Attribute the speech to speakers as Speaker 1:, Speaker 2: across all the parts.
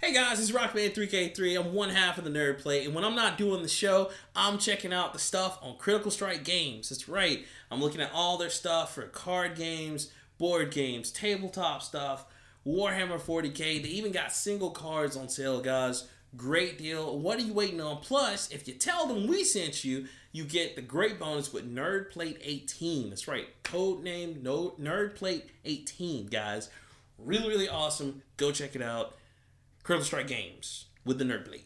Speaker 1: Hey guys, it's Rockman3K3. I'm one half of the Nerd Plate, and when I'm not doing the show, I'm checking out the stuff on Critical Strike Games. That's right, I'm looking at all their stuff for card games, board games, tabletop stuff, Warhammer 40k. They even got single cards on sale, guys. Great deal. What are you waiting on? Plus, if you tell them we sent you, you get the great bonus with Nerd Plate 18. That's right, code name no, Nerd Plate 18, guys. Really, really awesome. Go check it out. Critical Strike Games with the Nerd Plate.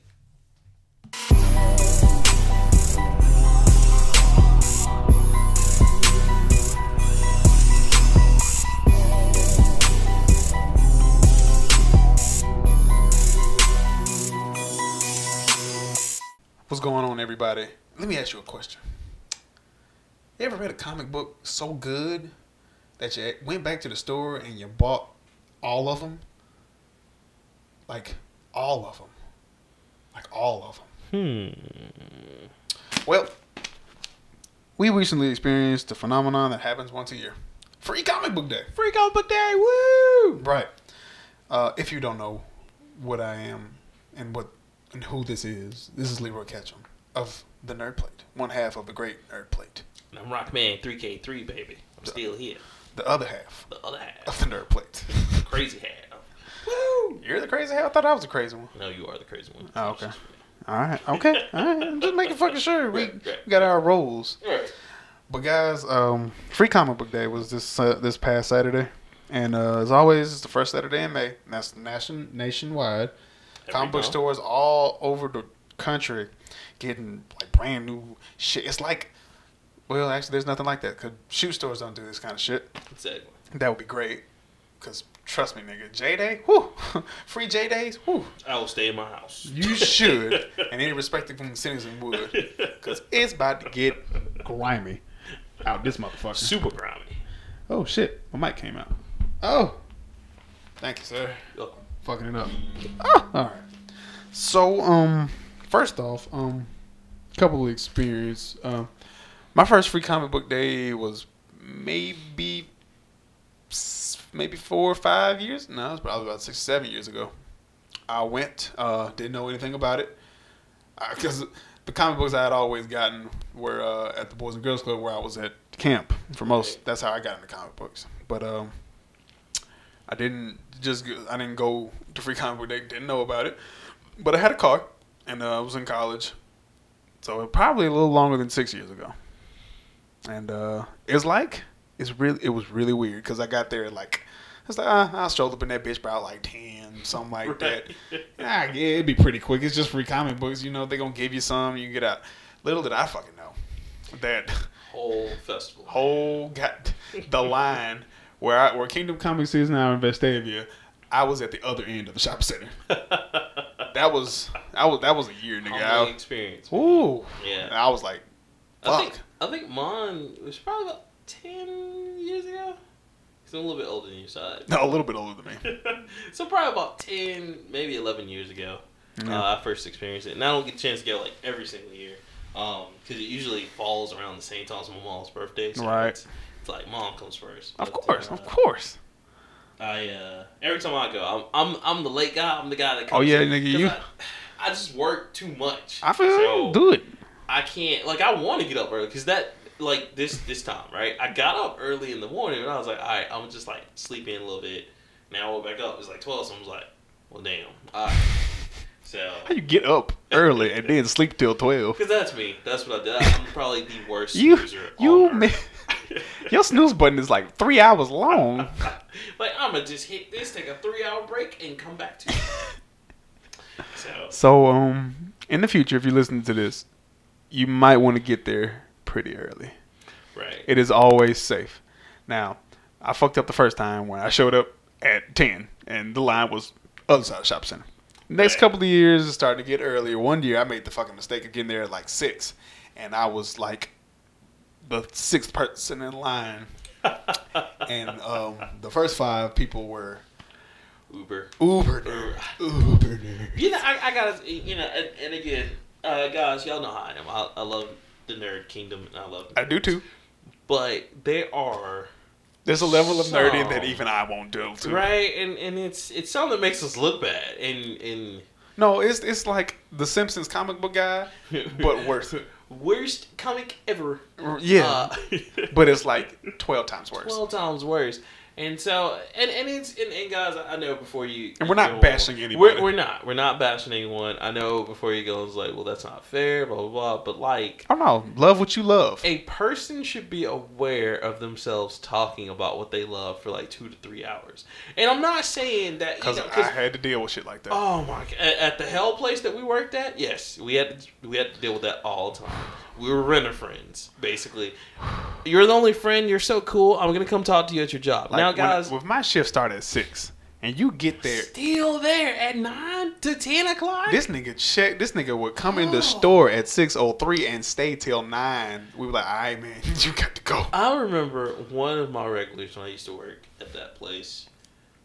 Speaker 2: What's going on, everybody? Let me ask you a question. You ever read a comic book so good that you went back to the store and you bought all of them? Like, all of them. Like, all of them. Hmm. Well, we recently experienced the phenomenon that happens once a year Free Comic Book Day. Free Comic Book Day, woo! Right. Uh, if you don't know what I am and what and who this is, this is Leroy Ketchum of the Nerd Plate, one half of the great Nerd Plate,
Speaker 1: And I'm Rockman3K3, baby. I'm still here.
Speaker 2: the other half
Speaker 1: The other
Speaker 2: of
Speaker 1: half.
Speaker 2: the Nerd Plate.
Speaker 1: Crazy half.
Speaker 2: Woo! You're the crazy half. I thought I was the crazy one.
Speaker 1: No, you are the crazy one.
Speaker 2: Oh, okay. All right. Okay. All right. I'm just making fucking sure we,
Speaker 1: Right, right.
Speaker 2: we got our roles.
Speaker 1: Alright.
Speaker 2: But guys, um, Free Comic Book Day was this uh, this past Saturday, and uh, as always, it's the first Saturday in May. And that's nation nationwide. comic book
Speaker 1: go.
Speaker 2: stores all over the country getting like brand new shit. It's like, well, actually, there's nothing like that because shoe stores don't do this kind of shit.
Speaker 1: Exactly.
Speaker 2: That would be great. Cause trust me, nigga, J Day, whoo, free J Days, whoo.
Speaker 1: I will stay in my house.
Speaker 2: You should, and any respectable citizen would, because it's about to get grimy out this motherfucker.
Speaker 1: Super grimy.
Speaker 2: Oh shit, my mic came out. Oh, thank you, sir. Fucking it up. Ah, all right. So, um, first off, um, couple of experience. Um, my first free comic book day was maybe, s- maybe four or five years. No, it was probably about six, seven years ago. I went, uh, didn't know anything about it, because the comic books I had always gotten were uh, at the Boys and Girls Club where I was at camp for most. That's how I got into comic books. But um, I didn't just go- I didn't go to free comic book day. Didn't know about it, but I had a car and uh, I was in college, so probably a little longer than six years ago. And uh, it's like it's really it was really weird because I got there like. It's like, uh, I strolled up in that bitch about like 10, something like that. Ah, yeah, it'd be pretty quick. It's just free comic books. You know, they're going to give you some. You get out. Little did I fucking know that
Speaker 1: Whole festival.
Speaker 2: whole got the line where I, where Kingdom Comics is now in Vestavia. I was at the other end of the shop center. that was I was that was a year, nigga.
Speaker 1: Humbling
Speaker 2: I,
Speaker 1: experience.
Speaker 2: ooh,
Speaker 1: Yeah.
Speaker 2: And I was like,
Speaker 1: I think
Speaker 2: fuck.
Speaker 1: I think mine was probably about ten years ago. Cause I'm a little bit older than your side.
Speaker 2: No, a little bit older than me.
Speaker 1: so probably about ten, maybe eleven years ago, uh, I first experienced it, and I don't get a chance to go like every single year, because it usually falls around the same time as my mom's birthday. So
Speaker 2: Right.
Speaker 1: It's, it's like mom comes first.
Speaker 2: Of
Speaker 1: But,
Speaker 2: course,
Speaker 1: uh,
Speaker 2: of course.
Speaker 1: I uh, every time I go, I'm I'm I'm the late guy. I'm the guy that. Comes
Speaker 2: Oh, yeah,
Speaker 1: in,
Speaker 2: nigga,
Speaker 1: 'cause
Speaker 2: you-
Speaker 1: I, I just work too much.
Speaker 2: I feel
Speaker 1: So-
Speaker 2: do it.
Speaker 1: I can't like I want to get up early because that like this this time right I got up early in the morning and I was like all right I'm just like sleep in a little bit now I woke back up it's like twelve so I was like well damn all right so
Speaker 2: How you get up early and then sleep till twelve?
Speaker 1: because that's me that's what I did I'm probably the worst
Speaker 2: You
Speaker 1: snoozer
Speaker 2: you
Speaker 1: on
Speaker 2: mi-
Speaker 1: earth.
Speaker 2: your snooze button is like three hours long.
Speaker 1: like I'm gonna just hit this take a three hour break and come back to it. so
Speaker 2: So, um, in the future, if you listen to this, you might want to get there pretty early.
Speaker 1: right
Speaker 2: It is always safe. Now, I fucked up the first time when I showed up at ten, and the line was other side of shop center. Next
Speaker 1: Right.
Speaker 2: couple of years, it started to get earlier. One year, I made the fucking mistake of getting there at like six, and I was like the sixth person in line. and um, the first five people were
Speaker 1: Uber
Speaker 2: Uber nerds. Uber nerds.
Speaker 1: You know, I, I gotta, you know, and, and again, uh, guys, y'all know how I am. I, I love the nerd kingdom, and I love.
Speaker 2: I do too.
Speaker 1: But there are
Speaker 2: There's a level of nerdy that
Speaker 3: So-
Speaker 2: even I won't do to.
Speaker 3: right? And and it's it's something that makes us look bad, and and
Speaker 2: No, it's it's like the Simpsons comic book guy, but worse.
Speaker 3: worst comic ever.
Speaker 2: Yeah,
Speaker 3: Uh,
Speaker 2: but it's like twelve times worse.
Speaker 3: twelve times worse. And so, and and it's and, and guys, I know before you,
Speaker 2: And we're not
Speaker 3: you know,
Speaker 2: bashing anybody.
Speaker 3: We're, we're not, we're not bashing anyone. I know before you go, it's like, well, that's not fair, blah blah blah. But like,
Speaker 2: I don't know. Love what you love.
Speaker 3: a person should be aware of themselves talking about what they love for like two to three hours. And I'm not saying that you
Speaker 2: Because
Speaker 3: know,
Speaker 2: I
Speaker 3: 'cause-
Speaker 2: had to deal with shit like that.
Speaker 3: Oh my! g- At, at the hell place that we worked at, yes, we had to, we had to deal with that all the time. We were renter friends, basically. You're the only friend. You're so cool. I'm gonna come talk to you at your job.
Speaker 2: Like,
Speaker 3: now,
Speaker 2: when-
Speaker 3: guys,
Speaker 2: if my shift started at six, and you get there,
Speaker 3: still there at nine to ten o'clock.
Speaker 2: this nigga check. This nigga would come in
Speaker 3: Oh.
Speaker 2: the store at six o three and stay till nine. We were like, all right, man, you got to go.
Speaker 3: I remember one of my regulars when I used to work at that place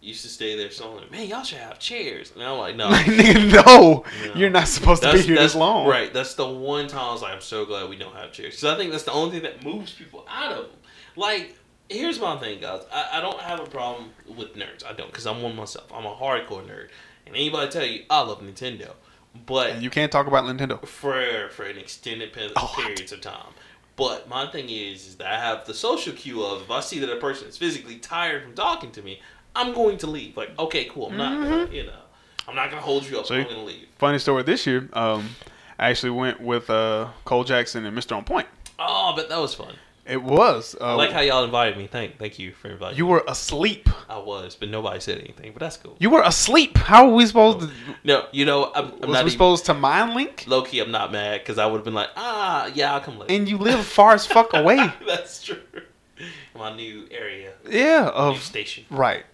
Speaker 3: used to stay there. So I'm like, man, y'all should have chairs. And I'm like, no.
Speaker 2: Like, nigga, no,
Speaker 3: No.
Speaker 2: you're not supposed to be here this long.
Speaker 3: Right. Oh, That's the one time I was like, I'm so glad we don't have chairs. Because I think that's the only thing that moves people out of them. Like, here's my thing, guys. I, I don't have a problem with nerds. I don't, because I'm one myself. I'm a hardcore nerd. And anybody tell you, I love Nintendo. But
Speaker 2: And you can't talk about Nintendo.
Speaker 3: for for an extended pe-
Speaker 2: Oh, I
Speaker 3: periods of time. But my thing is, is that I have the social cue of if I see that a person is physically tired from talking to me, I'm going to leave. Like, okay, cool. I'm not, gonna, you know, I'm not gonna hold you up. I'm
Speaker 2: Mm-hmm. See?
Speaker 3: gonna leave.
Speaker 2: Funny story this year. Um, I actually went with uh Cole Jackson and Mr. On Point.
Speaker 3: Oh, but that was fun.
Speaker 2: It was. Uh,
Speaker 3: I like how y'all invited me. Thank, thank you for inviting.
Speaker 2: you
Speaker 3: me.
Speaker 2: were asleep.
Speaker 3: I was, but nobody said anything. But that's cool.
Speaker 2: You were asleep. How are we
Speaker 3: Oh.
Speaker 2: supposed to?
Speaker 3: No, you know, I'm, I'm
Speaker 2: was
Speaker 3: not
Speaker 2: we
Speaker 3: even,
Speaker 2: supposed to mind link?
Speaker 3: low key. I'm not mad because I would have been like, ah, yeah, I'll come later.
Speaker 2: And you live far as fuck away.
Speaker 3: that's true. My new area,
Speaker 2: Yeah.
Speaker 3: new
Speaker 2: Of
Speaker 3: station.
Speaker 2: right.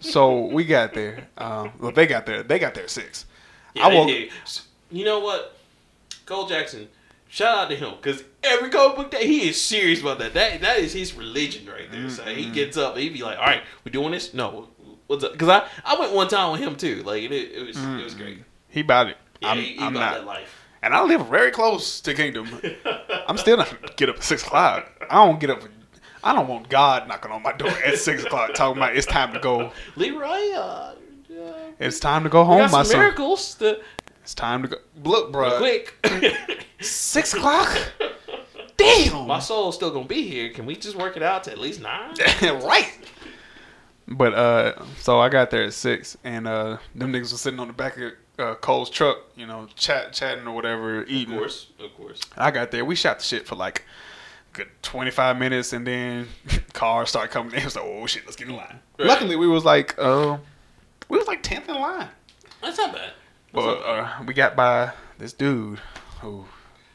Speaker 2: So we got there. Um, well, they got there. They got there at six.
Speaker 3: Yeah,
Speaker 2: I
Speaker 3: they
Speaker 2: woke-
Speaker 3: do. S- You know what, Cole Jackson. Shout out to him because every comic book day he is serious about that. That that is his religion right there. So he
Speaker 2: Mm-hmm.
Speaker 3: gets up, and he be like, "All right, we doing this? No, what's up?" Because I, I went one time with him too. Like it, it was it was great.
Speaker 2: He about it.
Speaker 3: Yeah,
Speaker 2: Mm-hmm. I'm,
Speaker 3: he, he
Speaker 2: I'm
Speaker 3: got
Speaker 2: not.
Speaker 3: that life.
Speaker 2: And I live very close to Kingdom. I'm still not gonna get up at six o'clock. I don't get up. I don't want God knocking on my door at six o'clock talking about it's time to go.
Speaker 3: Leroy, uh, uh, we
Speaker 2: It's time to go home,
Speaker 3: got
Speaker 2: my
Speaker 3: some
Speaker 2: son.
Speaker 3: miracles. To,
Speaker 2: It's time to go. Look, bro.
Speaker 3: quick,
Speaker 2: Six o'clock. Damn.
Speaker 3: my soul's still gonna be here. Can we just work it out to at least nine?
Speaker 2: right. But uh, so I got there at six, and uh, them niggas was sitting on the back of uh, Cole's truck, you know, chat chatting or whatever,
Speaker 3: Of
Speaker 2: eating.
Speaker 3: course, of course.
Speaker 2: I got there. We shot the shit for like good 25 minutes, and then cars started coming in. It was like, oh shit, let's get in line.
Speaker 3: Right.
Speaker 2: Luckily, we was like, uh, we was like 10th in line.
Speaker 3: That's not bad.
Speaker 2: But uh, we got by this dude who,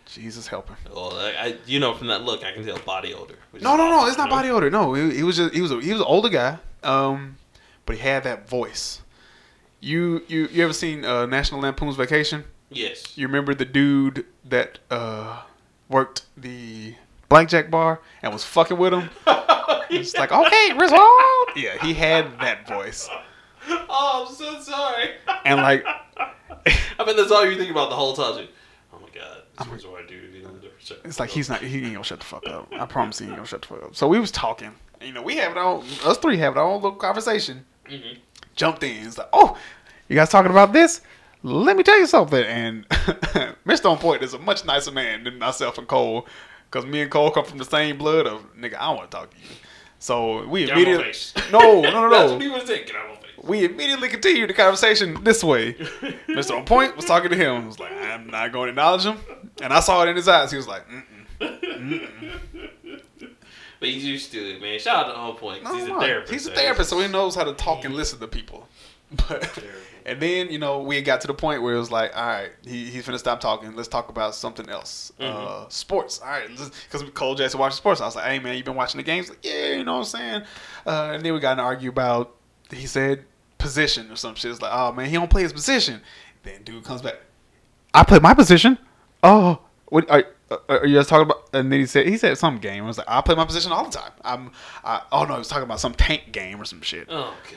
Speaker 2: Jesus help him.
Speaker 3: Well, I, I, you know, from that look, I can tell body odor. which
Speaker 2: No,
Speaker 3: is
Speaker 2: no, no,
Speaker 3: awesome,
Speaker 2: it's not
Speaker 3: you know?
Speaker 2: body odor. No, he, he was just he was a, he was an older guy. Um, but he had that voice. You you you ever seen uh, National Lampoon's Vacation?
Speaker 3: Yes.
Speaker 2: You remember the dude that uh, worked the blackjack bar and was fucking with him? It's like, okay, result. Yeah, he had that voice,
Speaker 3: Oh, I'm so sorry.
Speaker 2: and like,
Speaker 3: I bet that's all you think about the whole time. dude. Oh my god, this was what I do. you know, the different stuff.
Speaker 2: it's like he's not. He ain't gonna shut the fuck up. I promise he ain't gonna shut the fuck up. So we was talking. and, You know, we have our own. Us three have our own little conversation.
Speaker 3: Mhm.
Speaker 2: Jumped in. It's like, oh, you guys talking about this? Let me tell you something. And Mr. On Point is a much nicer man than myself and Cole, because me and Cole come from the same blood. Of nigga, I want to talk to you. So we
Speaker 3: Get out of my
Speaker 2: immediately.
Speaker 3: face.
Speaker 2: No, no, no, no.
Speaker 3: That's what he was saying. Get out of my
Speaker 2: we immediately continued the conversation this way.
Speaker 3: face.
Speaker 2: Mr. On Point was talking to him. He was like, I'm not going to acknowledge him. And I saw it in his eyes. He was like, Mm-mm.
Speaker 3: But he's used to it, man. Shout out to On Point. 'cause
Speaker 2: no,
Speaker 3: he's a
Speaker 2: no,
Speaker 3: therapist.
Speaker 2: He's a
Speaker 3: so
Speaker 2: therapist, so he knows how to talk and listen to people. But,
Speaker 3: Terrible.
Speaker 2: and then, you know, we got to the point where it was like, all right, he, he's finna stop talking. Let's talk about something else.
Speaker 3: Mm-hmm.
Speaker 2: Uh, sports. All right. Because Cole Jackson watches sports. I was like, hey, man, you been watching the games? Like, yeah, you know what I'm saying? Uh, and then we got in an argue about, he said, position or some shit. It's like, oh, man, he don't play his position. Then dude comes back, I play my position. Oh, what are, are you guys talking about? And then he said he said some game. I was like, I play my position all the time. I'm, I, oh no, he was talking about some tank game or some shit.
Speaker 3: Oh god.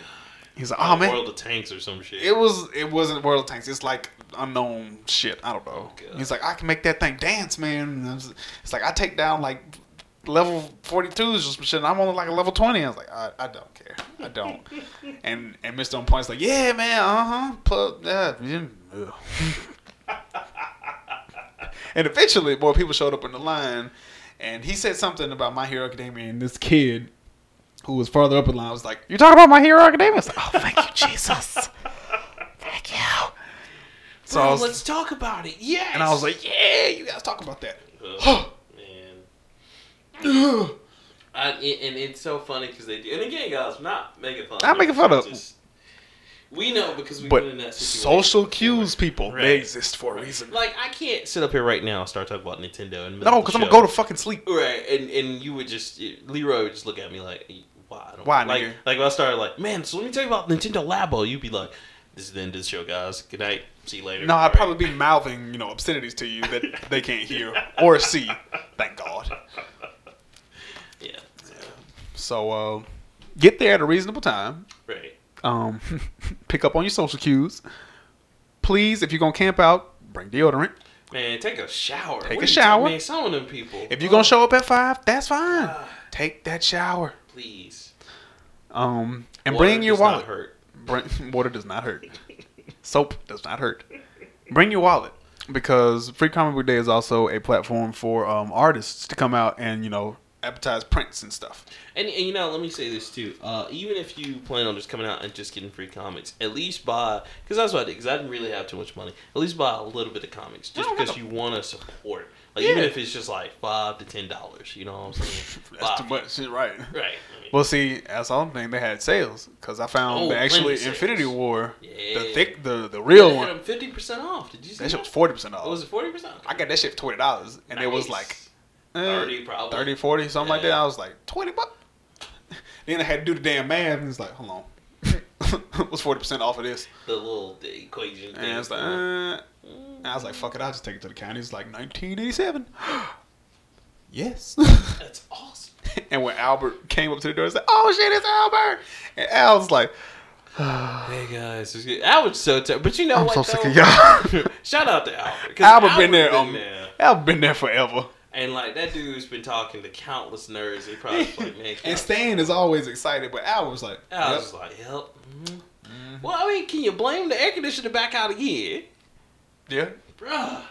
Speaker 2: He's like, oh man,
Speaker 3: World of Tanks or some shit.
Speaker 2: it was it wasn't World of Tanks. It's like unknown shit. I don't know.
Speaker 3: Oh, God.
Speaker 2: He's like, I can make that thing dance, man. And I was- It's like I take down like level 42s or some shit, and I'm only like a level 20. I was like, I, I don't care. I don't. and and Mr. On Point's like, yeah, man, uh-huh. Put, uh, yeah, ugh." and eventually, more people showed up in the line, and he said something about My Hero Academia, and this kid who was farther up in line was like, you talking about My Hero Academia? I was like, oh, thank you, Jesus. thank you. So I
Speaker 3: Bro,
Speaker 2: was-
Speaker 3: let's talk about it. Yes.
Speaker 2: and I was like, yeah, you guys talk about that.
Speaker 3: Ugh, man. I, it- and it's so funny because they do. And again, guys, I'm not making fun.
Speaker 2: Not making fun of-
Speaker 3: Just- We know because we've
Speaker 2: but
Speaker 3: been in that situation.
Speaker 2: social cues, people,
Speaker 3: Right.
Speaker 2: they exist for a reason.
Speaker 3: Like I can't sit up here right now and start talking about Nintendo and
Speaker 2: No, because I'm gonna go to fucking sleep.
Speaker 3: right and and you would just Leroy would just look at me like why I don't-
Speaker 2: Why,
Speaker 3: like
Speaker 2: nigga?
Speaker 3: like when I started like man so let me tell you about Nintendo Labo you'd be like this is the end of the show guys good night see you later
Speaker 2: No, I'd
Speaker 3: Right.
Speaker 2: probably be mouthing, you know, obscenities to you that they can't hear or see. Thank God.
Speaker 3: yeah
Speaker 2: So, uh, get there at a reasonable time.
Speaker 3: right
Speaker 2: Um, pick up on your social cues. Please, if you're gonna camp out, bring deodorant.
Speaker 3: man take a shower
Speaker 2: Take a
Speaker 3: What are you talking-
Speaker 2: shower.
Speaker 3: man some of them people
Speaker 2: If you're
Speaker 3: Oh,
Speaker 2: gonna show up at five, that's fine. Take that shower.
Speaker 3: Oh, please
Speaker 2: Um, and
Speaker 3: Water
Speaker 2: bring your
Speaker 3: does not
Speaker 2: wallet.
Speaker 3: hurt
Speaker 2: Bring, water does not hurt. Soap does not hurt. Bring your wallet because Free Comic Book Day is also a platform for um, artists to come out and you know advertise prints and stuff.
Speaker 3: And, and you know, let me say this too. Uh, even if you plan on just coming out and just getting free comics, at least buy because that's what I did. Because I didn't really have too much money. At least buy a little bit of comics, just
Speaker 2: No, no,
Speaker 3: because
Speaker 2: no.
Speaker 3: you want to support. Like even
Speaker 2: Yeah.
Speaker 3: if it's just like five to ten dollars, you know what I'm saying? Buy-
Speaker 2: That's too much, shit, right?
Speaker 3: Right. I mean,
Speaker 2: Well, see, that's all I'm saying. They had sales because I found
Speaker 3: Oh,
Speaker 2: that actually
Speaker 3: plenty of
Speaker 2: Infinity
Speaker 3: sales.
Speaker 2: War, the
Speaker 3: Yeah.
Speaker 2: thick, the the real
Speaker 3: they
Speaker 2: one,
Speaker 3: had them fifty percent off. Did you see
Speaker 2: that
Speaker 3: that?
Speaker 2: shit was forty percent
Speaker 3: Oh, was
Speaker 2: off.
Speaker 3: it forty percent?
Speaker 2: I got that shit for twenty dollars, and it was like eh,
Speaker 3: 30 probably.
Speaker 2: 30, 40, something like that.
Speaker 3: Yeah.
Speaker 2: I was like twenty bucks. Then I had to do the damn math, and it's like, hold on, what's forty percent off of this?
Speaker 3: the little the equation.
Speaker 2: And I was like, uh, and I was like, fuck it, I'll just take it to the county. It's like nineteen eighty seven. yes.
Speaker 3: that's
Speaker 2: uh.
Speaker 3: awesome.
Speaker 2: and when Albert came up to the door, he's like, oh shit, it's Albert. And Al's like,
Speaker 3: Hey guys, it's good. I was so tired, but you know
Speaker 2: I'm
Speaker 3: what?
Speaker 2: so sick of
Speaker 3: though?
Speaker 2: y'all.
Speaker 3: Shout out to Albert. 'cause
Speaker 2: Albert been there,
Speaker 3: been
Speaker 2: um,
Speaker 3: there.
Speaker 2: Albert been there forever.
Speaker 3: And like that dude's been talking to countless nerds. They probably like, man.
Speaker 2: and
Speaker 3: can
Speaker 2: Stan is always excited, but Albert was like,
Speaker 3: I, I was
Speaker 2: yep.
Speaker 3: just like, help. mhm. Well, I mean, can you blame the air conditioner back out again,
Speaker 2: yeah,
Speaker 3: bruh?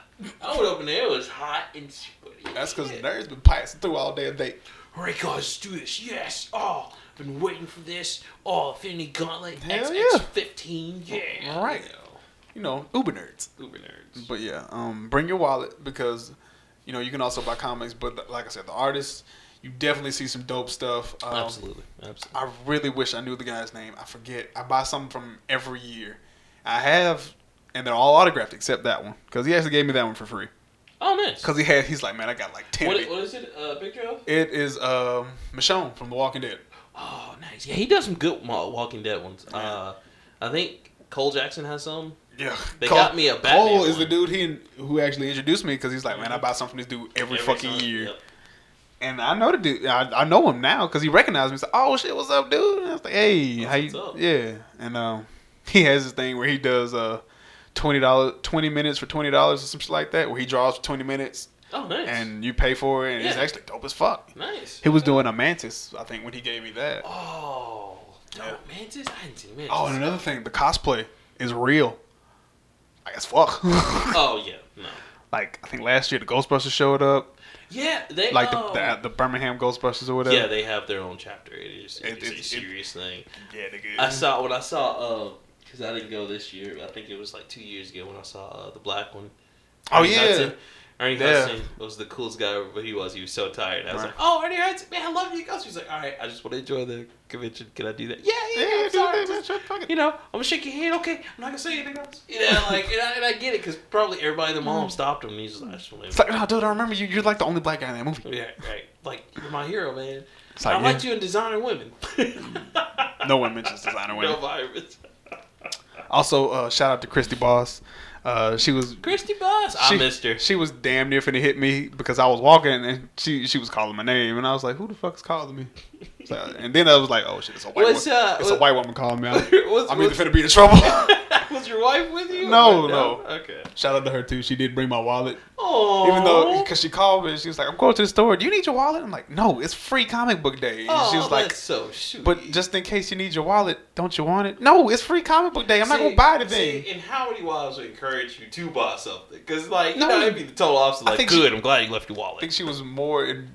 Speaker 3: I went up in there. It was hot and sweaty.
Speaker 2: that's because
Speaker 3: Yeah.
Speaker 2: nerds been passing through all damn day.
Speaker 3: All right, guys, let's do this. Yes. Oh, I've been waiting for this. Oh, Infinity Gauntlet
Speaker 2: Hell
Speaker 3: XX15. Yeah.
Speaker 2: All right. You know, uber nerds.
Speaker 3: Uber nerds.
Speaker 2: But yeah, um, bring your wallet because you know you can also buy comics. But like I said, the artists, you definitely see some dope stuff. Um,
Speaker 3: Absolutely. Absolutely.
Speaker 2: I really wish I knew the guy's name. I forget. I buy some from him every year. I have, and they're all autographed except that one because he actually gave me that one for free.
Speaker 3: Oh, nice.
Speaker 2: Because he had, he's like, man, I got like ten. of
Speaker 3: What,
Speaker 2: it."
Speaker 3: what is it? Uh, picture of?
Speaker 2: It is um, Michonne from The Walking Dead.
Speaker 3: Oh, nice. Yeah, he does some good Wa- Walking Dead ones. Uh, I think Cole Jackson has some.
Speaker 2: Yeah,
Speaker 3: They got me a Batman
Speaker 2: Cole is the
Speaker 3: one. Mm-hmm.
Speaker 2: dude he who actually introduced me because he's like, man, I buy something from this dude every, fucking
Speaker 3: time.
Speaker 2: year.
Speaker 3: Yep.
Speaker 2: And I know the dude. I, I know him now because he recognized me. He's like, "Oh shit, what's up, dude?" And I was like, "Hey,
Speaker 3: What's-
Speaker 2: how you?"
Speaker 3: what's up?
Speaker 2: Yeah. And um, he has this thing where he does uh, twenty dollars, twenty minutes for twenty dollars or some shit like that, where he draws for twenty minutes
Speaker 3: Oh, nice.
Speaker 2: and you pay for it, and it's
Speaker 3: Yeah.
Speaker 2: actually dope as fuck.
Speaker 3: nice.
Speaker 2: He was doing a mantis, I think, when he gave me that.
Speaker 3: Oh, dope.
Speaker 2: Yeah.
Speaker 3: Mantis? I didn't see Mantis.
Speaker 2: Oh, and another thing, the cosplay is real. Like as fuck.
Speaker 3: Oh, yeah. No.
Speaker 2: like I think last year the Ghostbusters showed up,
Speaker 3: Yeah, they
Speaker 2: like the,
Speaker 3: um,
Speaker 2: the, the Birmingham Ghostbusters or whatever.
Speaker 3: Yeah, they have their own chapter. It is
Speaker 2: It-
Speaker 3: it's a
Speaker 2: it's- it-
Speaker 3: serious thing.
Speaker 2: yeah, nigga.
Speaker 3: I saw when I saw because I didn't go this year. I think it was like two years ago when I saw uh, the black one.
Speaker 2: Oh
Speaker 3: Ernie
Speaker 2: yeah.
Speaker 3: Hudson. Ernie
Speaker 2: Yeah.
Speaker 3: Hudson was the coolest guy ever, but he was. He was so tired. I was
Speaker 2: Right.
Speaker 3: like, "Oh, Ernie Hudson, man, I love you guys." He was like, "All right, I just want to enjoy the convention. Can I do that?" Yeah, yeah,
Speaker 2: Yeah,
Speaker 3: I'm
Speaker 2: dude,
Speaker 3: sorry.
Speaker 2: man,
Speaker 3: Just-
Speaker 2: shut the fuck up.
Speaker 3: you know, I'm gonna shake your hand. Okay, I'm not gonna say anything else. You know, like, and I, and I get it because probably everybody, the
Speaker 2: Mm.
Speaker 3: mom stopped him. And he's just like, "I just want
Speaker 2: It's
Speaker 3: to."
Speaker 2: like, no, dude, I remember you. You're like the only black guy in that movie.
Speaker 3: Yeah, right. Like you're my hero, man.
Speaker 2: It's like,
Speaker 3: I
Speaker 2: yeah.
Speaker 3: like you in designer women.
Speaker 2: No one mentions designer women.
Speaker 3: no virus.
Speaker 2: Also, uh, shout out to Christy Boss. Uh, she was.
Speaker 3: Christy Boss. I
Speaker 2: She,
Speaker 3: missed her.
Speaker 2: She was damn near finna hit me because I was walking and she she was calling my name and I was like, "Who the fuck's calling me?" So, and then I was like, "Oh shit, it's a white
Speaker 3: What's
Speaker 2: woman.
Speaker 3: up?
Speaker 2: It's a
Speaker 3: What-
Speaker 2: white woman calling me out.
Speaker 3: What's-
Speaker 2: I'm either
Speaker 3: what's-
Speaker 2: finna be in trouble."
Speaker 3: was your wife with you?
Speaker 2: No,
Speaker 3: Or
Speaker 2: no.
Speaker 3: Okay.
Speaker 2: Shout out to her too. She did bring my wallet,
Speaker 3: Oh.
Speaker 2: even though because she called me, she was like, "I'm going to the store. Do you need your wallet?" I'm like, "No, it's free comic book day." And
Speaker 3: oh,
Speaker 2: she was like,
Speaker 3: that's so shoot.
Speaker 2: "But just in case you need your wallet, don't you want it?" No, it's free comic book day. I'm not gonna buy the thing.
Speaker 3: See, and how many wives would encourage you to buy something? Because like,
Speaker 2: No,
Speaker 3: you know, it'd be the total opposite.
Speaker 2: I
Speaker 3: Like,
Speaker 2: think
Speaker 3: good. I'm glad you left your
Speaker 2: I
Speaker 3: wallet.
Speaker 2: think she was more in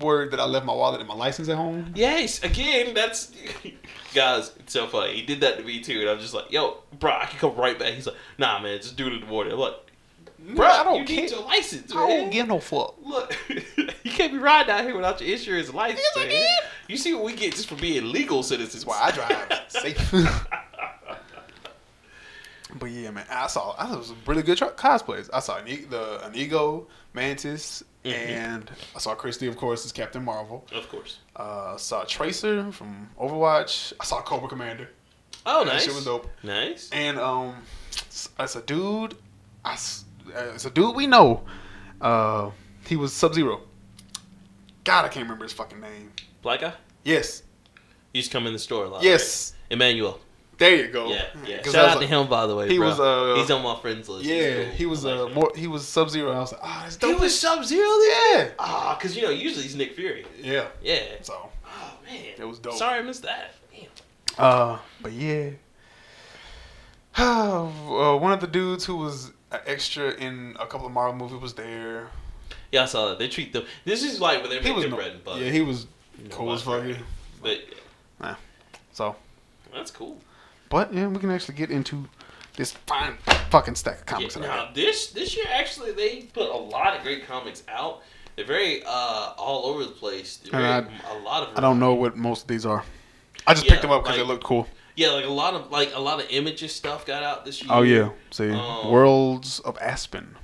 Speaker 2: worried that I left my wallet and my license at home.
Speaker 3: Yes, again, that's guys. It's so funny. He did that to me too, and I'm just like, "Yo, bro, I can come right back." He's like, "Nah, man, just do it in the morning." I'm like, "Bro,
Speaker 2: I don't
Speaker 3: you
Speaker 2: care.
Speaker 3: need your license,
Speaker 2: I
Speaker 3: man.
Speaker 2: don't give no fuck.
Speaker 3: Look, you can't be riding out here without your insurance and license,
Speaker 2: Yes, I
Speaker 3: man.
Speaker 2: did.
Speaker 3: You see what we get just for being legal citizens?
Speaker 2: That's why I drive safe. but yeah, man, I saw I saw some really good tr- cosplays. I saw an, e- the Anigo, Mantis, and I saw Christy, of course, as Captain Marvel.
Speaker 3: Of course.
Speaker 2: Uh, I saw Tracer from Overwatch. I saw Cobra Commander.
Speaker 3: Oh,
Speaker 2: That
Speaker 3: nice.
Speaker 2: shit was dope.
Speaker 3: Nice.
Speaker 2: And um, as a dude, I s- uh, it's a dude we know. Uh, he was Sub Zero. God, I can't remember his fucking name.
Speaker 3: Black guy.
Speaker 2: Yes,
Speaker 3: You just come in the store a lot.
Speaker 2: yes.
Speaker 3: right? Emmanuel.
Speaker 2: There you go.
Speaker 3: Yeah, yeah.
Speaker 2: Hmm. 'Cause
Speaker 3: Shout
Speaker 2: I was
Speaker 3: out to
Speaker 2: like-
Speaker 3: him, by the way.
Speaker 2: he
Speaker 3: bro.
Speaker 2: was, uh,
Speaker 3: he's on my friends list. He's
Speaker 2: Yeah,
Speaker 3: cool.
Speaker 2: he was
Speaker 3: I like
Speaker 2: uh,
Speaker 3: him.
Speaker 2: more. He was Sub Zero. I was like, ah, that's
Speaker 3: He
Speaker 2: dope.
Speaker 3: was Sub Zero there.
Speaker 2: yeah,
Speaker 3: Ah, because you know usually he's Nick Fury.
Speaker 2: yeah.
Speaker 3: Yeah.
Speaker 2: So,
Speaker 3: Oh man,
Speaker 2: It was dope.
Speaker 3: Sorry I missed that. Damn.
Speaker 2: uh, but yeah, uh, one of the dudes who was an extra in a couple of Marvel movies was there.
Speaker 3: Yeah, I saw that. They treat them. This is like where they make
Speaker 2: He was
Speaker 3: their
Speaker 2: no,
Speaker 3: bread and butter.
Speaker 2: yeah, he was
Speaker 3: No
Speaker 2: cool as fuck.
Speaker 3: butter.
Speaker 2: yeah.
Speaker 3: But
Speaker 2: So,
Speaker 3: that's cool.
Speaker 2: but yeah, we can actually get into this fine fucking stack of comics.
Speaker 3: Yeah,
Speaker 2: that I
Speaker 3: now
Speaker 2: have.
Speaker 3: this this year actually they put a lot of great comics out. They're very uh all over the place. They're
Speaker 2: And
Speaker 3: very- um, a lot of
Speaker 2: I don't know what most of these are. I just
Speaker 3: Yeah,
Speaker 2: picked them up because they
Speaker 3: like-
Speaker 2: looked cool.
Speaker 3: Yeah, like a lot of like a lot of images stuff got out this year.
Speaker 2: Oh yeah, see,
Speaker 3: Um,
Speaker 2: Worlds of Aspen.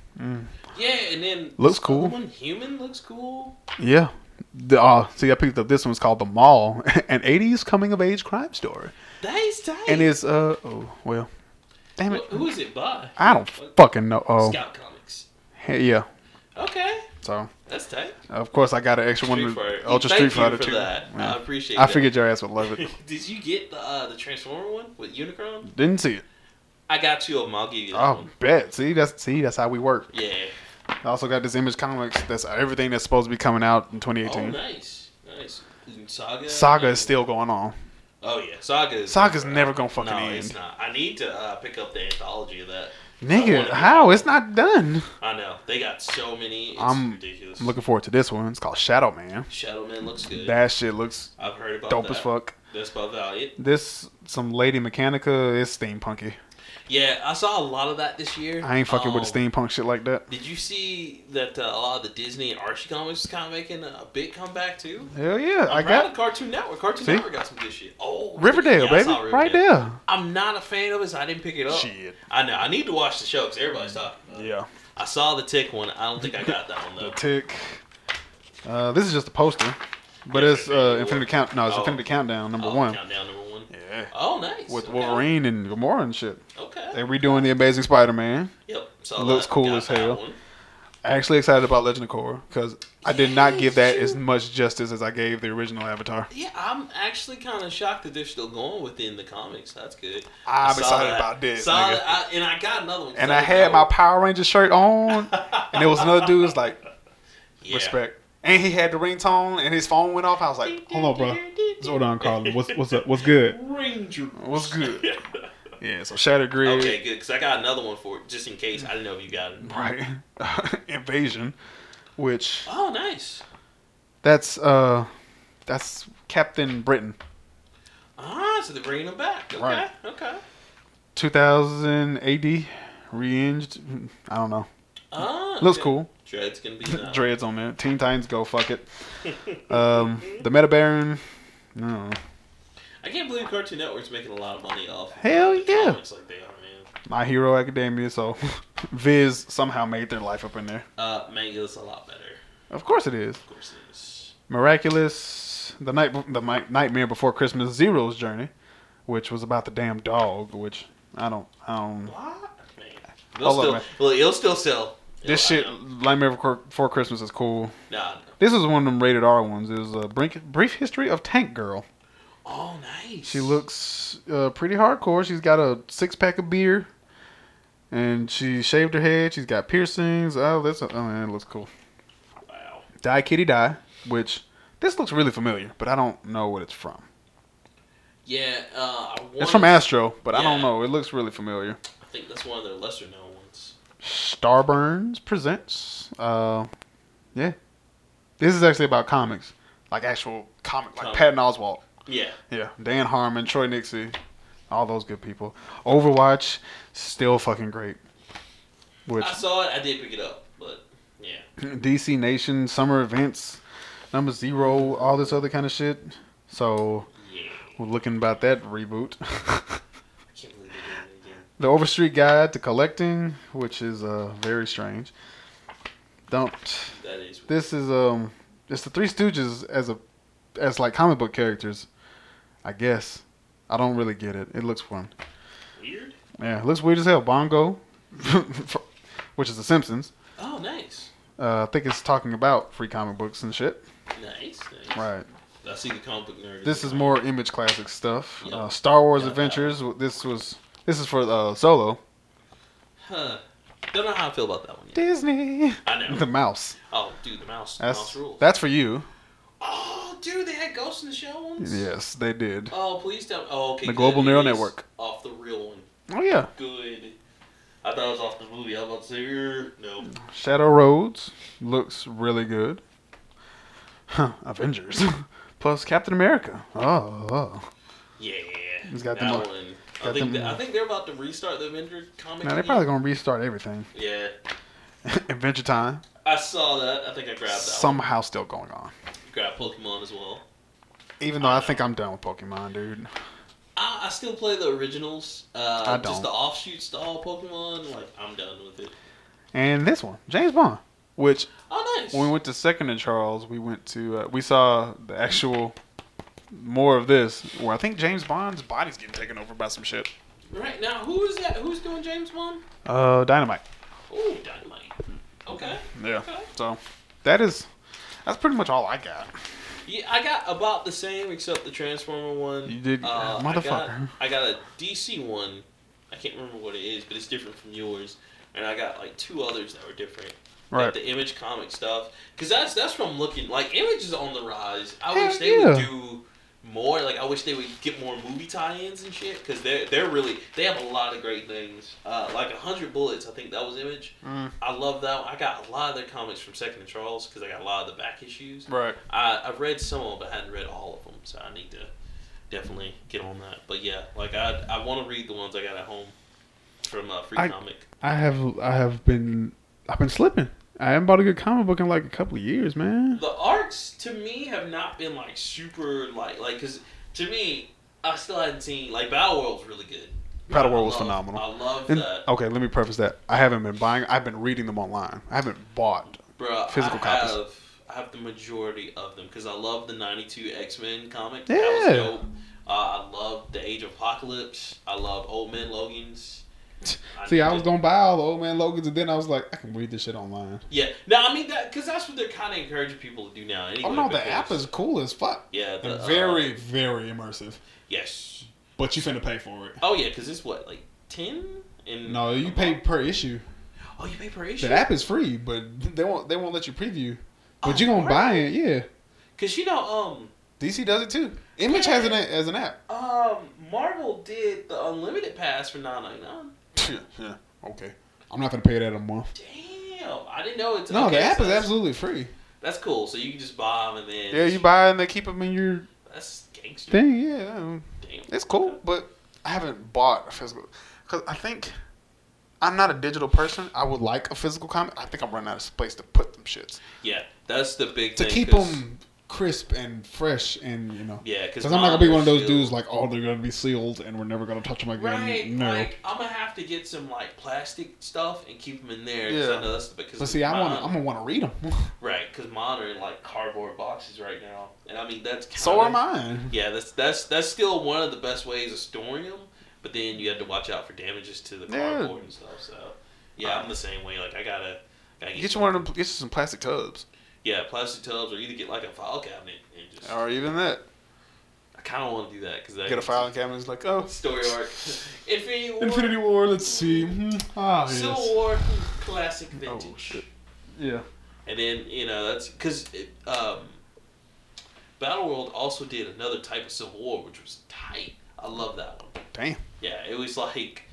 Speaker 3: Yeah, and then
Speaker 2: Looks
Speaker 3: this other
Speaker 2: cool.
Speaker 3: One human looks cool.
Speaker 2: Yeah. The, uh, see, I picked up this one's called The Mall, an 80s coming of age crime story.
Speaker 3: That is tight.
Speaker 2: And it's, uh, oh, well, damn it.
Speaker 3: Wh- who is it by?
Speaker 2: I don't fucking know. Oh,
Speaker 3: Scout Comics.
Speaker 2: hey, yeah.
Speaker 3: Okay,
Speaker 2: So,
Speaker 3: that's tight.
Speaker 2: of course, I got an extra
Speaker 3: Street
Speaker 2: one.
Speaker 3: Fighter.
Speaker 2: Ultra
Speaker 3: Thank
Speaker 2: Street
Speaker 3: you
Speaker 2: Fighter
Speaker 3: for
Speaker 2: 2.
Speaker 3: that.
Speaker 2: Yeah.
Speaker 3: I appreciate.
Speaker 2: I
Speaker 3: that.
Speaker 2: figured your ass would love it.
Speaker 3: Did you get the uh, the Transformer one with Unicron?
Speaker 2: Didn't see it.
Speaker 3: I got two of them. I'll give you that
Speaker 2: Oh,
Speaker 3: one.
Speaker 2: bet. See, that's see, that's how we work.
Speaker 3: Yeah.
Speaker 2: I also got this Image Comics. That's everything that's supposed to be coming out in
Speaker 3: Oh,
Speaker 2: 2018.
Speaker 3: nice, nice. Including Saga.
Speaker 2: Saga
Speaker 3: and-
Speaker 2: is still going on.
Speaker 3: Oh yeah, Saga is.
Speaker 2: Saga's never gonna fucking
Speaker 3: no,
Speaker 2: end.
Speaker 3: it's not. I need to uh, pick up the anthology of that. I
Speaker 2: Nigga,
Speaker 3: wanna-
Speaker 2: how? It's not done.
Speaker 3: I know they got so many. It's
Speaker 2: I'm-
Speaker 3: ridiculous.
Speaker 2: I'm looking forward to this one. It's called Shadow Man.
Speaker 3: Shadow Man looks good.
Speaker 2: That shit looks
Speaker 3: I've heard about
Speaker 2: dope
Speaker 3: that.
Speaker 2: as fuck.
Speaker 3: That's by Valiant.
Speaker 2: This some Lady Mechanica is steampunky.
Speaker 3: Yeah, I saw a lot of that this year.
Speaker 2: I ain't fucking with
Speaker 3: Um,
Speaker 2: the steampunk shit like that.
Speaker 3: Did you see that uh, a lot of the Disney and Archie comics is kind of making a big comeback too?
Speaker 2: Hell yeah, i
Speaker 3: I'm proud
Speaker 2: got
Speaker 3: of Cartoon Network. Cartoon
Speaker 2: See?
Speaker 3: Network got some good shit. Oh,
Speaker 2: Riverdale,
Speaker 3: yeah, I
Speaker 2: baby,
Speaker 3: saw
Speaker 2: right
Speaker 3: Riverdale. Oh.
Speaker 2: there.
Speaker 3: I'm not a fan of it, so I didn't pick it up.
Speaker 2: Shit.
Speaker 3: I know. I need to watch the show because everybody's talking. About it.
Speaker 2: Yeah,
Speaker 3: I saw the tick one. I don't think I got that one
Speaker 2: the
Speaker 3: though.
Speaker 2: tick. Uh, this is just a poster, but it's uh, Infinity Count. No, it's
Speaker 3: Oh.
Speaker 2: Infinity Countdown number
Speaker 3: Oh,
Speaker 2: one.
Speaker 3: Countdown number one.
Speaker 2: Yeah,
Speaker 3: Oh, nice.
Speaker 2: with
Speaker 3: Okay.
Speaker 2: Wolverine and Gamora and shit.
Speaker 3: Okay.
Speaker 2: They're redoing the Amazing Spider-Man.
Speaker 3: Yep. Saw
Speaker 2: Looks
Speaker 3: that.
Speaker 2: cool
Speaker 3: Got
Speaker 2: as
Speaker 3: that
Speaker 2: hell.
Speaker 3: one.
Speaker 2: Actually excited about Legend of Korra because I did not
Speaker 3: Yeah,
Speaker 2: give that
Speaker 3: shoot.
Speaker 2: as much justice as I gave the original Avatar.
Speaker 3: Yeah, I'm actually kind of shocked that they're still going within the comics. That's good.
Speaker 2: I'm
Speaker 3: I saw
Speaker 2: excited
Speaker 3: that.
Speaker 2: about this,
Speaker 3: Saw
Speaker 2: nigga.
Speaker 3: that. I, and I got another one. 'cause
Speaker 2: And I
Speaker 3: was
Speaker 2: had
Speaker 3: like,
Speaker 2: my
Speaker 3: oh,
Speaker 2: Power Ranger shirt on, and there was another dude was like,
Speaker 3: yeah.
Speaker 2: respect. And he had the ringtone, and his phone went off. I was like, "Hold on, bro. Zordon calling. What's what's up? What's good?
Speaker 3: Ranger.
Speaker 2: What's good?" Yeah. So Shattered Grid,
Speaker 3: okay, good. Because I got another one for it, just in case. I didn't know if you got it.
Speaker 2: right? Invasion, which
Speaker 3: Oh, nice.
Speaker 2: that's uh, that's Captain Britain,
Speaker 3: Ah, so they're bringing them back. Okay,
Speaker 2: Right.
Speaker 3: okay.
Speaker 2: 2000 AD, reinged. I don't know.
Speaker 3: Ah,
Speaker 2: Looks
Speaker 3: okay.
Speaker 2: cool.
Speaker 3: Dread's gonna be down.
Speaker 2: Dreads on there. Teen Titans Go. Fuck it. Um, the Meta Baron. No.
Speaker 3: I can't believe Cartoon Network's making a lot of money off.
Speaker 2: Hell
Speaker 3: the
Speaker 2: yeah.
Speaker 3: comics like they are, man.
Speaker 2: My Hero Academia. So Viz somehow made their life up in there.
Speaker 3: Uh, manga's a lot better.
Speaker 2: Of course it is.
Speaker 3: Of course it is.
Speaker 2: Miraculous, the night, the Mi- Nightmare Before Christmas, Zero's Journey, which was about the damn dog. Which I don't, I don't.
Speaker 3: What? Man.
Speaker 2: Hold
Speaker 3: They'll
Speaker 2: up,
Speaker 3: still,
Speaker 2: man.
Speaker 3: Look, it'll still sell.
Speaker 2: This
Speaker 3: It'll-
Speaker 2: shit, Nightmare Before Before Christmas, is cool.
Speaker 3: Nah.
Speaker 2: This is one of them rated R ones. It was a brief, brief history of Tank Girl.
Speaker 3: Oh, nice.
Speaker 2: She looks uh, pretty hardcore. She's got a six pack of beer, and she shaved her head. She's got piercings. Oh, that's oh man, that looks cool.
Speaker 3: Wow.
Speaker 2: Die Kitty Die, which this looks really familiar, but I don't know what it's from.
Speaker 3: Yeah. Uh, I wanna,
Speaker 2: It's from Astro, but I
Speaker 3: Yeah.
Speaker 2: don't know. It looks really familiar.
Speaker 3: I think that's one of their lesser known ones.
Speaker 2: Starburns presents. Uh, yeah, this is actually about comics, like actual comic, like
Speaker 3: Comic.
Speaker 2: Patton Oswalt.
Speaker 3: Yeah.
Speaker 2: Yeah, Dan Harmon, Troy Nixie, all those good people. Overwatch, still fucking great. Which
Speaker 3: I saw it. I did pick it up, but yeah.
Speaker 2: DC Nation summer events, number zero, all this other kind of shit. So
Speaker 3: Yeah.
Speaker 2: we're looking about that reboot.
Speaker 3: I can't believe they're doing it again.
Speaker 2: the Overstreet Guide to Collecting, which is uh very strange. Don't.
Speaker 3: That is.
Speaker 2: This is um, it's the Three Stooges as a, as like comic book characters, I guess. I don't really get it. It looks fun.
Speaker 3: Weird.
Speaker 2: Yeah, it looks weird as hell. Bongo, which is The Simpsons.
Speaker 3: Oh, nice.
Speaker 2: Uh, I think it's talking about free comic books and shit.
Speaker 3: Nice. nice.
Speaker 2: Right.
Speaker 3: I see the comic book nerd.
Speaker 2: This is more image classic stuff.
Speaker 3: Yeah.
Speaker 2: Uh, Star Wars
Speaker 3: Yeah.
Speaker 2: Adventures. w- This was this is for uh, Solo.
Speaker 3: Huh. Don't know how I feel about that one yet.
Speaker 2: Disney.
Speaker 3: I know.
Speaker 2: The mouse.
Speaker 3: Oh, dude, the mouse. The mouse
Speaker 2: That's
Speaker 3: rules.
Speaker 2: that's for you.
Speaker 3: oh, dude, they had Ghost in the Shell ones.
Speaker 2: Yes, they did.
Speaker 3: Oh, please tell. Oh, okay.
Speaker 2: The
Speaker 3: good.
Speaker 2: Global
Speaker 3: It
Speaker 2: Neural
Speaker 3: is
Speaker 2: Network.
Speaker 3: Off the real one.
Speaker 2: Oh yeah,
Speaker 3: Good. I thought it was off the movie. I was about to say, "Er, no.
Speaker 2: Shadow Roads looks really good. Huh, Avengers. Plus Captain America. Oh, oh.
Speaker 3: Yeah.
Speaker 2: He's got
Speaker 3: that
Speaker 2: them-
Speaker 3: one. I
Speaker 2: got
Speaker 3: think
Speaker 2: them-
Speaker 3: th- I think they're about to restart the Avengers comic.
Speaker 2: now they're
Speaker 3: again.
Speaker 2: probably gonna restart everything.
Speaker 3: Yeah.
Speaker 2: Adventure Time.
Speaker 3: I saw that. I think I grabbed that. Some
Speaker 2: somehow still going on.
Speaker 3: one. grabbed Pokemon as well.
Speaker 2: Even though I think I'm done with Pokemon, dude.
Speaker 3: I, I still play the originals. Uh,
Speaker 2: I
Speaker 3: Just
Speaker 2: don't.
Speaker 3: the offshoots to all Pokemon. Like I'm done with it.
Speaker 2: And this one, James Bond, which
Speaker 3: Oh, nice.
Speaker 2: when we went to Second and Charles, we went to uh, we saw the actual more of this where I think James Bond's body's getting taken over by some shit.
Speaker 3: Right now, who is that? Who's doing James Bond?
Speaker 2: Uh, Dynamite.
Speaker 3: Oh, Dynamite. Okay.
Speaker 2: Yeah. So that is that's pretty much all I got.
Speaker 3: Yeah, I got about the same except the Transformer one.
Speaker 2: You did-
Speaker 3: uh,
Speaker 2: motherfucker.
Speaker 3: I got, I got a DC one. I can't remember what it is, but it's different from yours. And I got like two others that were different. Like
Speaker 2: Right.
Speaker 3: the Image comic stuff, because that's that's from looking like Image is on the rise. I
Speaker 2: Hell
Speaker 3: wish they would
Speaker 2: yeah.
Speaker 3: do more. Like I wish they would get more movie tie-ins and shit, because they're they're really they have a lot of great things. Uh, like hundred bullets, I think that was Image.
Speaker 2: Mm.
Speaker 3: I love that. One. I got a lot of their comics from Second and Charles because I got a lot of the back issues.
Speaker 2: Right.
Speaker 3: I, I've read some of them, but I hadn't read all of them, so I need to definitely get on that. But yeah, like I I want to read the ones I got at home from uh, Free
Speaker 2: I-
Speaker 3: Comic.
Speaker 2: I have I have been I've been slipping. I haven't bought a good comic book in like a couple of years, man.
Speaker 3: The arcs to me have not been like super like like because to me I still hadn't seen like Battle World's really good.
Speaker 2: Battle
Speaker 3: I
Speaker 2: World was
Speaker 3: love-
Speaker 2: phenomenal.
Speaker 3: I love
Speaker 2: And-
Speaker 3: that,
Speaker 2: okay, let me preface that. I haven't been buying. I've been reading them online. I haven't bought.
Speaker 3: bro.
Speaker 2: physical
Speaker 3: I
Speaker 2: copies.
Speaker 3: have I have the majority of them because I love the '92 X Men comic. That
Speaker 2: Yeah.
Speaker 3: was dope. Uh, I love the Age of Apocalypse. I love Old Man Logan's.
Speaker 2: See, I
Speaker 3: need
Speaker 2: was
Speaker 3: to-
Speaker 2: gonna buy all the old man Logans, and then I was like, I can read this shit online.
Speaker 3: Yeah, no, I mean that because that's what they're kind of encouraging people to do now. Anyway,
Speaker 2: Oh no, the
Speaker 3: because-
Speaker 2: app is cool as fuck.
Speaker 3: yeah, the,
Speaker 2: And
Speaker 3: uh,
Speaker 2: very, very immersive.
Speaker 3: yes.
Speaker 2: But you finna pay for it.
Speaker 3: Oh yeah, because it's what like ten and
Speaker 2: No, you pay per issue.
Speaker 3: Oh, you pay per issue.
Speaker 2: The app is free, but they won't they won't let you preview. But
Speaker 3: Oh,
Speaker 2: you gonna
Speaker 3: word.
Speaker 2: buy it, yeah.
Speaker 3: Cause you know, um,
Speaker 2: DC does it too. Image has it as an app.
Speaker 3: um, Marvel did the unlimited pass for nine ninety nine.
Speaker 2: yeah. Okay. I'm not gonna pay that a month.
Speaker 3: Damn, I didn't know it's
Speaker 2: No,
Speaker 3: okay,
Speaker 2: the app
Speaker 3: so
Speaker 2: is
Speaker 3: that's-
Speaker 2: absolutely free.
Speaker 3: That's cool. So you can just buy them and then
Speaker 2: buy it and they keep them in your
Speaker 3: That's gangster.
Speaker 2: thing. Yeah,
Speaker 3: Damn.
Speaker 2: it's cool, but I haven't bought a physical because I think I'm not a digital person. I would like a physical comic. I think I'm running out of space to put them shits
Speaker 3: Yeah, that's the big
Speaker 2: to
Speaker 3: thing,
Speaker 2: keep
Speaker 3: 'cause-
Speaker 2: them crisp and fresh and you know.
Speaker 3: Yeah,
Speaker 2: Because I'm not gonna be one of those dudes like, oh, they're gonna be sealed and we're never gonna touch them again.
Speaker 3: Right,
Speaker 2: no.
Speaker 3: like I'm gonna have to get some like plastic stuff and keep them in there. Cause
Speaker 2: Yeah.
Speaker 3: I know that's the because.
Speaker 2: but see, I want, I'm gonna want to read them.
Speaker 3: Right, because mine are in like cardboard boxes right now, and I mean that's. Kinda,
Speaker 2: so are mine.
Speaker 3: Yeah, that's that's that's still one of the best ways of storing them. But then you have to watch out for damages to the
Speaker 2: Yeah.
Speaker 3: cardboard and stuff. So, yeah, I'm the same way. Like I gotta, gotta get,
Speaker 2: Get you one of them. Get you some plastic tubs,
Speaker 3: yeah plastic tubs, or either get like a file cabinet and just
Speaker 2: or even that.
Speaker 3: I kind of want to do that because
Speaker 2: Get a filing cabinet. It's like, oh,
Speaker 3: Story arc. Infinity War.
Speaker 2: Infinity War. Let's see. Hmm. Ah,
Speaker 3: Civil
Speaker 2: yes.
Speaker 3: War. Classic vintage.
Speaker 2: Oh shit. Yeah.
Speaker 3: And then you know that's because um, Battleworld also did another type of Civil War, which was tight. I love that one.
Speaker 2: Damn.
Speaker 3: Yeah, it was like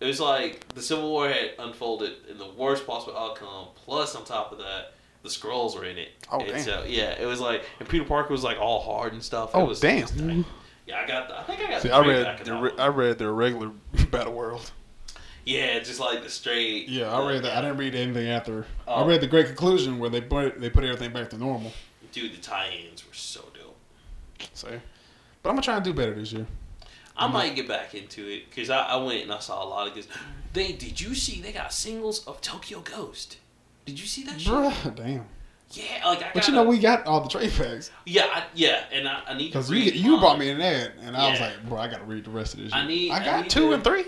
Speaker 3: it was like the Civil War had unfolded in the worst possible outcome. Plus, on top of that, the scrolls were in it.
Speaker 2: Oh,
Speaker 3: and
Speaker 2: damn.
Speaker 3: So yeah, it was like and Peter Parker was like all hard and stuff. It
Speaker 2: Oh,
Speaker 3: was,
Speaker 2: damn.
Speaker 3: it was tight. yeah, I got. The, I think I got.
Speaker 2: See,
Speaker 3: the
Speaker 2: I
Speaker 3: trade back
Speaker 2: read the
Speaker 3: of that
Speaker 2: re-
Speaker 3: one.
Speaker 2: I read the regular Battle World.
Speaker 3: yeah, just like the straight.
Speaker 2: Yeah, I read that. I didn't read anything after. I
Speaker 3: Oh.
Speaker 2: read the Great Conclusion where they put they put everything back to normal.
Speaker 3: Dude, the tie-ins were so dope.
Speaker 2: So, but I'm gonna try and do better this year.
Speaker 3: I
Speaker 2: Mm-hmm.
Speaker 3: might get back into it because I, I went and I saw a lot of this. They did you see they got singles of Tokyo Ghost? Did you see that shit?
Speaker 2: Bruh, damn.
Speaker 3: Yeah, like I got.
Speaker 2: But you know we got all the trade packs
Speaker 3: yeah, I, yeah, and I, I need to
Speaker 2: because
Speaker 3: read.
Speaker 2: you you
Speaker 3: mine.
Speaker 2: bought me an ad and I was
Speaker 3: Yeah.
Speaker 2: like, bro, I gotta read the rest of this.
Speaker 3: I
Speaker 2: shit."
Speaker 3: need-
Speaker 2: I
Speaker 3: I
Speaker 2: got
Speaker 3: need
Speaker 2: two
Speaker 3: to-
Speaker 2: and three.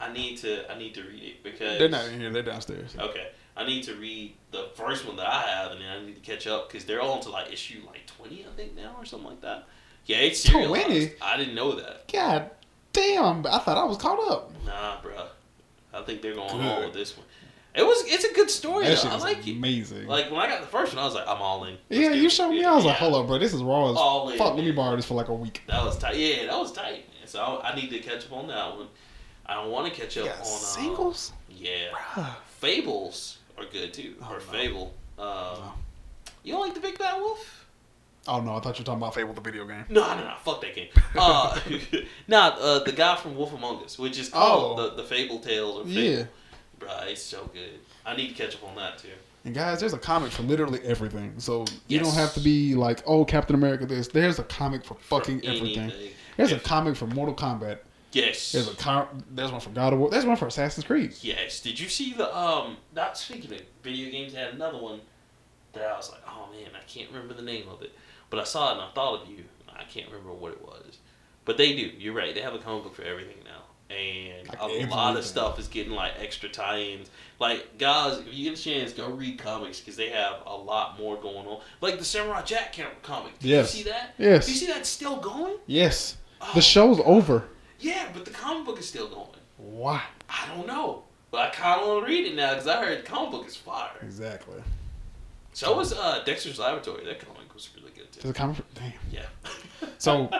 Speaker 3: I need to. I need to read it because
Speaker 2: They're not in here. They're downstairs.
Speaker 3: Okay, I need to read the first one that I have, and then I need to catch up because they're on to like issue like twenty, I think now or something like that. Yeah, it's serialized.
Speaker 2: 20?
Speaker 3: I didn't know that.
Speaker 2: God damn! I thought I was caught up.
Speaker 3: Nah, bruh. I think they're going
Speaker 2: Good.
Speaker 3: all with this one. It was. It's a good story.
Speaker 2: That
Speaker 3: though.
Speaker 2: shit
Speaker 3: Oh, I
Speaker 2: was
Speaker 3: like it.
Speaker 2: amazing.
Speaker 3: Like when I got the first one, I was like, I'm all in. Let's
Speaker 2: yeah,
Speaker 3: do
Speaker 2: you
Speaker 3: it.
Speaker 2: showed me. I was like,
Speaker 3: Yeah.
Speaker 2: hold up, bro. This is raw as
Speaker 3: All in,
Speaker 2: fuck. Let me
Speaker 3: man.
Speaker 2: borrow this for like a week.
Speaker 3: That was tight. Yeah, that was tight. Man. So I, I need to catch up on that one. I don't want to catch up
Speaker 2: You
Speaker 3: on
Speaker 2: got
Speaker 3: uh,
Speaker 2: singles,
Speaker 3: Yeah,
Speaker 2: Bruh.
Speaker 3: Fables are good too.
Speaker 2: Oh,
Speaker 3: or
Speaker 2: no.
Speaker 3: Fable. Um,
Speaker 2: No.
Speaker 3: You don't like the Big Bad Wolf?
Speaker 2: Oh no, I thought you were talking about Fable the video game.
Speaker 3: No, no, no. Fuck that game. Uh, nah, uh, the guy from Wolf Among Us, which is called
Speaker 2: Oh.
Speaker 3: the, the Fable Tales or Fable.
Speaker 2: Yeah.
Speaker 3: Bruh, it's so good. I need to catch up on that too.
Speaker 2: And guys, there's a comic for literally everything. So you don't
Speaker 3: Yes.
Speaker 2: have to be like, oh, Captain America this. There's a comic for fucking
Speaker 3: For
Speaker 2: everything.
Speaker 3: anything.
Speaker 2: There's a
Speaker 3: If-
Speaker 2: comic for Mortal Kombat.
Speaker 3: Yes.
Speaker 2: There's a com- there's one for God of War. There's one for Assassin's Creed.
Speaker 3: Yes. Did you see the um? Not speaking of video games, I had another one that I was like, oh man, I can't remember the name of it, but I saw it and I thought of you. I can't remember what it was, but they do. You're right. They have a comic book for everything now, and
Speaker 2: Like
Speaker 3: a lot
Speaker 2: everything.
Speaker 3: of stuff is getting like extra tie-ins. Like guys, if you get a chance, go read comics because they have a lot more going on. Like the Samurai Jack cam- comic. Did
Speaker 2: Yes.
Speaker 3: you see that?
Speaker 2: Yes.
Speaker 3: You see that still going?
Speaker 2: Yes.
Speaker 3: Oh,
Speaker 2: The show's over.
Speaker 3: yeah, but the comic book is still going.
Speaker 2: Why?
Speaker 3: I don't know. But I kind of want to read it now because I heard the comic book is fire.
Speaker 2: Exactly.
Speaker 3: So was uh, Dexter's Laboratory. That comic was really good too.
Speaker 2: There's a comic for damn.
Speaker 3: Yeah.
Speaker 2: So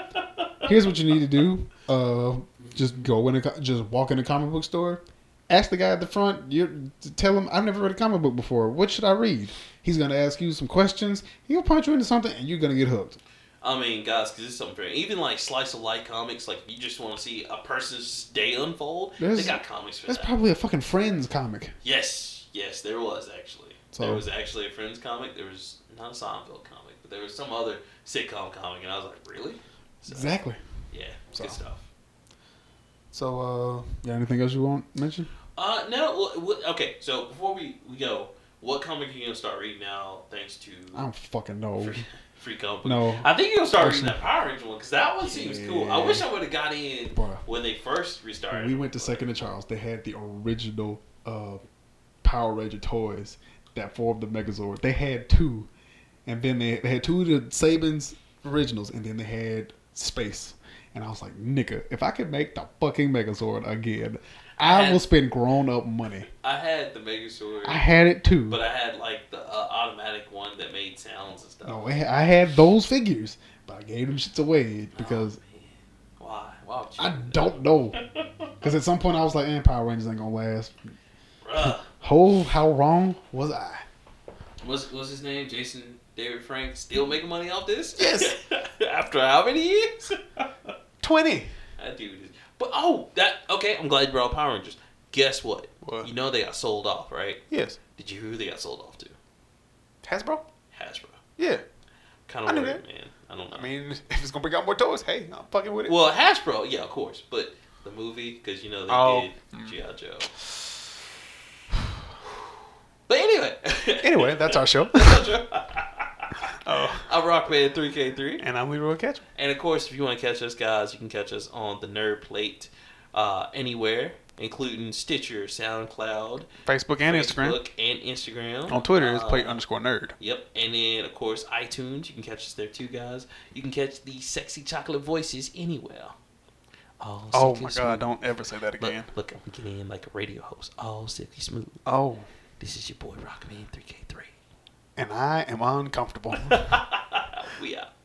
Speaker 2: here's what you need to do. Uh, just go in a co- just walk in a comic book store. Ask the guy at the front. You tell him I've never read a comic book before. What should I read? He's gonna ask you some questions. He'll punch you into something, and you're gonna get hooked.
Speaker 3: I mean, guys, because it's something fair. Even like slice of life comics, like you just want to see a person's day unfold.
Speaker 2: There's-
Speaker 3: they got comics for
Speaker 2: That's
Speaker 3: that.
Speaker 2: probably a fucking Friends comic.
Speaker 3: yes, yes, there was actually.
Speaker 2: So-
Speaker 3: There was actually a Friends comic. There was not a Seinfeld comic, but there was some other sitcom comic, and I was like, really? So,
Speaker 2: Exactly.
Speaker 3: Yeah, it's
Speaker 2: So.
Speaker 3: good stuff.
Speaker 2: So, uh, yeah, anything else you want to mention?
Speaker 3: Uh, no. wh- wh- Okay, so before we, we go, what comic are you gonna start reading now? Thanks to
Speaker 2: I don't fucking know.
Speaker 3: free, free comic.
Speaker 2: No.
Speaker 3: I think you're gonna start
Speaker 2: Personally.
Speaker 3: reading that Power Ranger one because that one seems cool. I
Speaker 2: Yeah.
Speaker 3: wish I would have got in
Speaker 2: Bruh.
Speaker 3: when they first restarted.
Speaker 2: When we went to Second and Charles, they had the original uh, Power Ranger toys that formed the Megazord. They had two, and then they, they had two of the Saban's originals, and then they had Space. And I was like, nigga, if I could make the fucking Megazord again, I
Speaker 3: And-
Speaker 2: will spend grown up money.
Speaker 3: I had the Megazord,
Speaker 2: I had it too.
Speaker 3: but I had like the uh, automatic one that made sounds and stuff.
Speaker 2: No, I I had those figures, but I gave them shits away because
Speaker 3: Oh, man. why? Why would you
Speaker 2: I
Speaker 3: do
Speaker 2: don't know. Because at some point I was like, eh, Power Rangers ain't gonna last.
Speaker 3: that?
Speaker 2: Oh, how wrong was I?
Speaker 3: Bruh. What's what's his name? Jason David Frank still making money off this?
Speaker 2: Yes.
Speaker 3: After how many years?
Speaker 2: 20.
Speaker 3: That dude is. But oh, that okay. I'm glad you brought up Power Rangers. Guess what?
Speaker 2: What?
Speaker 3: You know they got sold off, right?
Speaker 2: Yes.
Speaker 3: Did you hear who they got sold off to?
Speaker 2: Hasbro?
Speaker 3: Hasbro.
Speaker 2: Yeah.
Speaker 3: Kind
Speaker 2: I
Speaker 3: of
Speaker 2: knew
Speaker 3: weird,
Speaker 2: that.
Speaker 3: man. I don't know.
Speaker 2: I mean, if it's gonna bring out more toys, hey, I'm fucking with it.
Speaker 3: well, Hasbro, yeah, of course, but the movie because you know they
Speaker 2: Oh.
Speaker 3: did GI Joe. But anyway.
Speaker 2: anyway, that's our show.
Speaker 3: oh. I'm Rockman 3K3.
Speaker 2: and I'm Leroy Catcher.
Speaker 3: And of course, if you want to catch us, guys, you can catch us on the Nerd Plate uh, anywhere. including Stitcher, SoundCloud,
Speaker 2: Facebook and Instagram.
Speaker 3: Facebook, and Instagram.
Speaker 2: On Twitter, it's
Speaker 3: Uh,
Speaker 2: plate underscore nerd.
Speaker 3: Yep, and then of course iTunes. You can catch us there too, guys. You can catch the sexy chocolate voices anywhere. All
Speaker 2: Oh
Speaker 3: silky
Speaker 2: my
Speaker 3: smooth.
Speaker 2: god, don't ever say that
Speaker 3: Look,
Speaker 2: again.
Speaker 3: look, I'm getting in like a radio host. All silky smooth.
Speaker 2: Oh,
Speaker 3: This is your boy Rockman 3K3.
Speaker 2: and I am uncomfortable.
Speaker 3: We out.